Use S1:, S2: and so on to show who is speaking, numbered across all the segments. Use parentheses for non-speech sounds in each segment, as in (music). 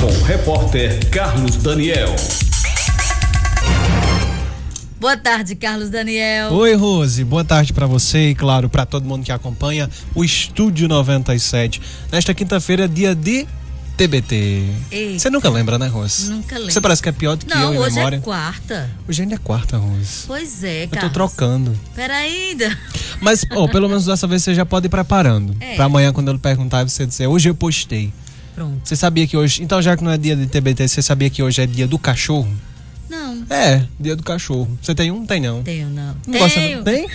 S1: com o repórter Carlos Daniel.
S2: Boa tarde, Carlos Daniel.
S3: Oi, Rose. Boa tarde para você e, claro, para todo mundo que acompanha o Estúdio 97. Nesta quinta-feira, dia de TBT.
S2: Eita.
S3: Você nunca lembra, né, Rose?
S2: Nunca lembro.
S3: Você parece que é pior do que
S2: Não,
S3: eu em
S2: hoje
S3: memória.
S2: é quarta.
S3: Hoje ainda é quarta, Rose.
S2: Pois é,
S3: Eu
S2: cara.
S3: tô trocando.
S2: Peraí ainda.
S3: Mas, ó, pelo menos dessa vez você já pode ir preparando.
S2: É.
S3: Pra amanhã, quando ele perguntar, você dizer, hoje eu postei.
S2: Pronto.
S3: Você sabia que hoje. Então, já que não é dia de TBT, você sabia que hoje é dia do cachorro?
S2: Não,
S3: É, dia do cachorro. Você tem um? Tem não.
S2: tenho não.
S3: Não gosta,
S2: tenho.
S3: não? Tem?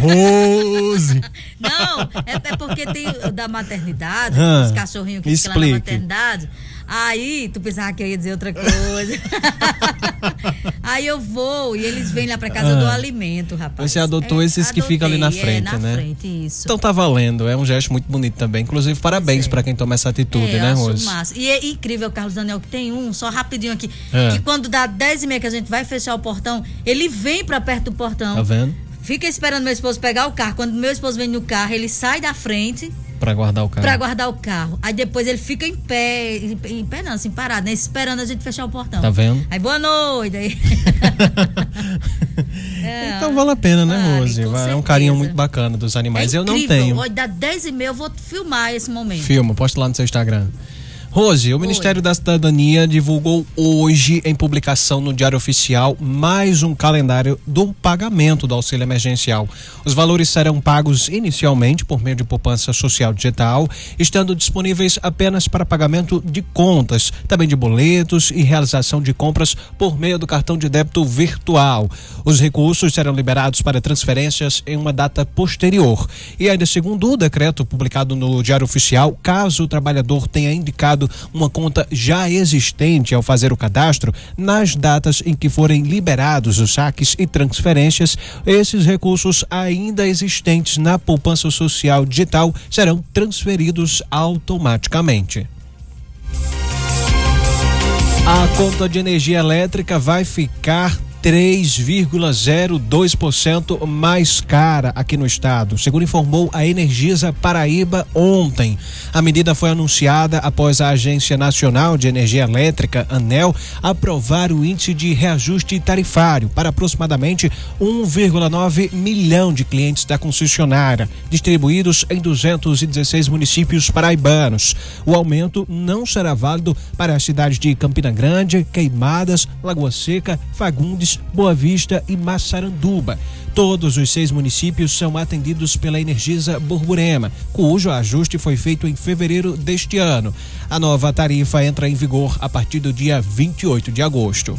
S3: Rose!
S2: Não, é, é porque tem o da maternidade,
S3: Ah,
S2: os cachorrinhos que
S3: me
S2: ficam lá na
S3: explique.
S2: maternidade. Aí, tu pensava que eu ia dizer outra
S3: (laughs)
S2: coisa. aí eu vou e eles vêm lá pra casa, eu dou alimento, rapaz. É,
S3: Você Ah. é, adotou esses que ficam ali na
S2: adotei,
S3: frente,
S2: é, na
S3: né?
S2: frente, isso.
S3: Então tá valendo, é um gesto muito bonito também. Inclusive, parabéns pra quem toma essa atitude,
S2: é,
S3: né,
S2: eu acho
S3: Rose?
S2: massa. E é incrível, Carlos Daniel, que tem um, só rapidinho aqui,
S3: É.
S2: que quando dá 10 e meia que a gente vai fechar o portão, ele vem pra perto do portão.
S3: Tá vendo?
S2: Fica esperando meu esposo pegar o carro. Quando meu esposo vem no carro, ele sai da frente
S3: Pra guardar o carro.
S2: pra guardar o carro. Aí depois ele fica em pé, em, em pé não, assim, parado, né? Esperando a gente fechar o portão.
S3: Tá vendo?
S2: Aí, boa noite.
S3: (laughs)
S2: Aí, (laughs) É,
S3: Então vale a pena, né,
S2: Vale,
S3: Rose?
S2: com
S3: Vale, É um
S2: certeza.
S3: carinho muito bacana dos animais.
S2: É
S3: eu não
S2: incrível.
S3: tenho.
S2: Olha, dá 10 e meia, eu vou filmar esse momento.
S3: Filma, posta lá no seu Instagram. Rose, o Ministério da Cidadania divulgou hoje, em publicação no Diário Oficial, mais um calendário do pagamento do auxílio emergencial. Os valores serão pagos inicialmente por meio de poupança social digital, estando disponíveis apenas para pagamento de contas, também de boletos e realização de compras por meio do cartão de débito virtual. Os recursos serão liberados para transferências em uma data posterior. E ainda segundo o decreto publicado no Diário Oficial, caso o trabalhador tenha indicado uma conta já existente ao fazer o cadastro, nas datas em que forem liberados os saques e transferências, esses recursos ainda existentes na poupança social digital serão transferidos automaticamente. A conta de energia elétrica vai ficar 3,02% mais cara aqui no estado, segundo informou a Energisa Paraíba ontem. A medida foi anunciada após a Agência Nacional de Energia Elétrica, ANEL, aprovar o índice de reajuste tarifário para aproximadamente 1,9 milhão de clientes da concessionária, distribuídos em 216 municípios paraibanos. O aumento não será válido para as cidades de Campina Grande, Queimadas, Lagoa Seca, Fagundes, Boa Vista e Massaranduba. Todos os seis municípios são atendidos pela Energisa Borborema, cujo ajuste foi feito em fevereiro deste ano. A nova tarifa entra em vigor a partir do dia 28 de agosto.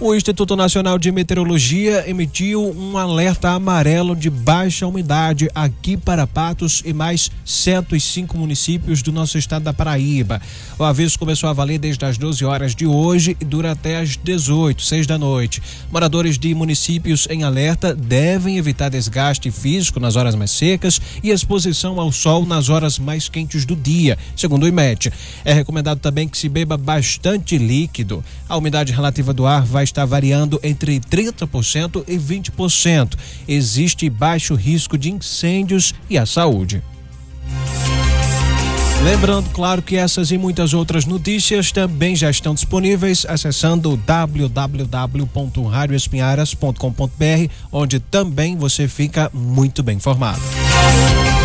S3: O Instituto Nacional de Meteorologia emitiu um alerta amarelo de baixa umidade aqui para Patos e mais 105 municípios do nosso estado da Paraíba. O aviso começou a valer desde as 12 horas de hoje e dura até as 18, 6 da noite. Moradores de municípios em alerta devem evitar desgaste físico nas horas mais secas e exposição ao sol nas horas mais quentes do dia, segundo o IMET. É recomendado também que se beba bastante líquido. A umidade relativa do ar vai estar variando entre 30% e 20%. Existe baixo risco de incêndios e à saúde. Lembrando, claro, que essas e muitas outras notícias também já estão disponíveis acessando www.radioespinharas.com.br, onde também você fica muito bem informado.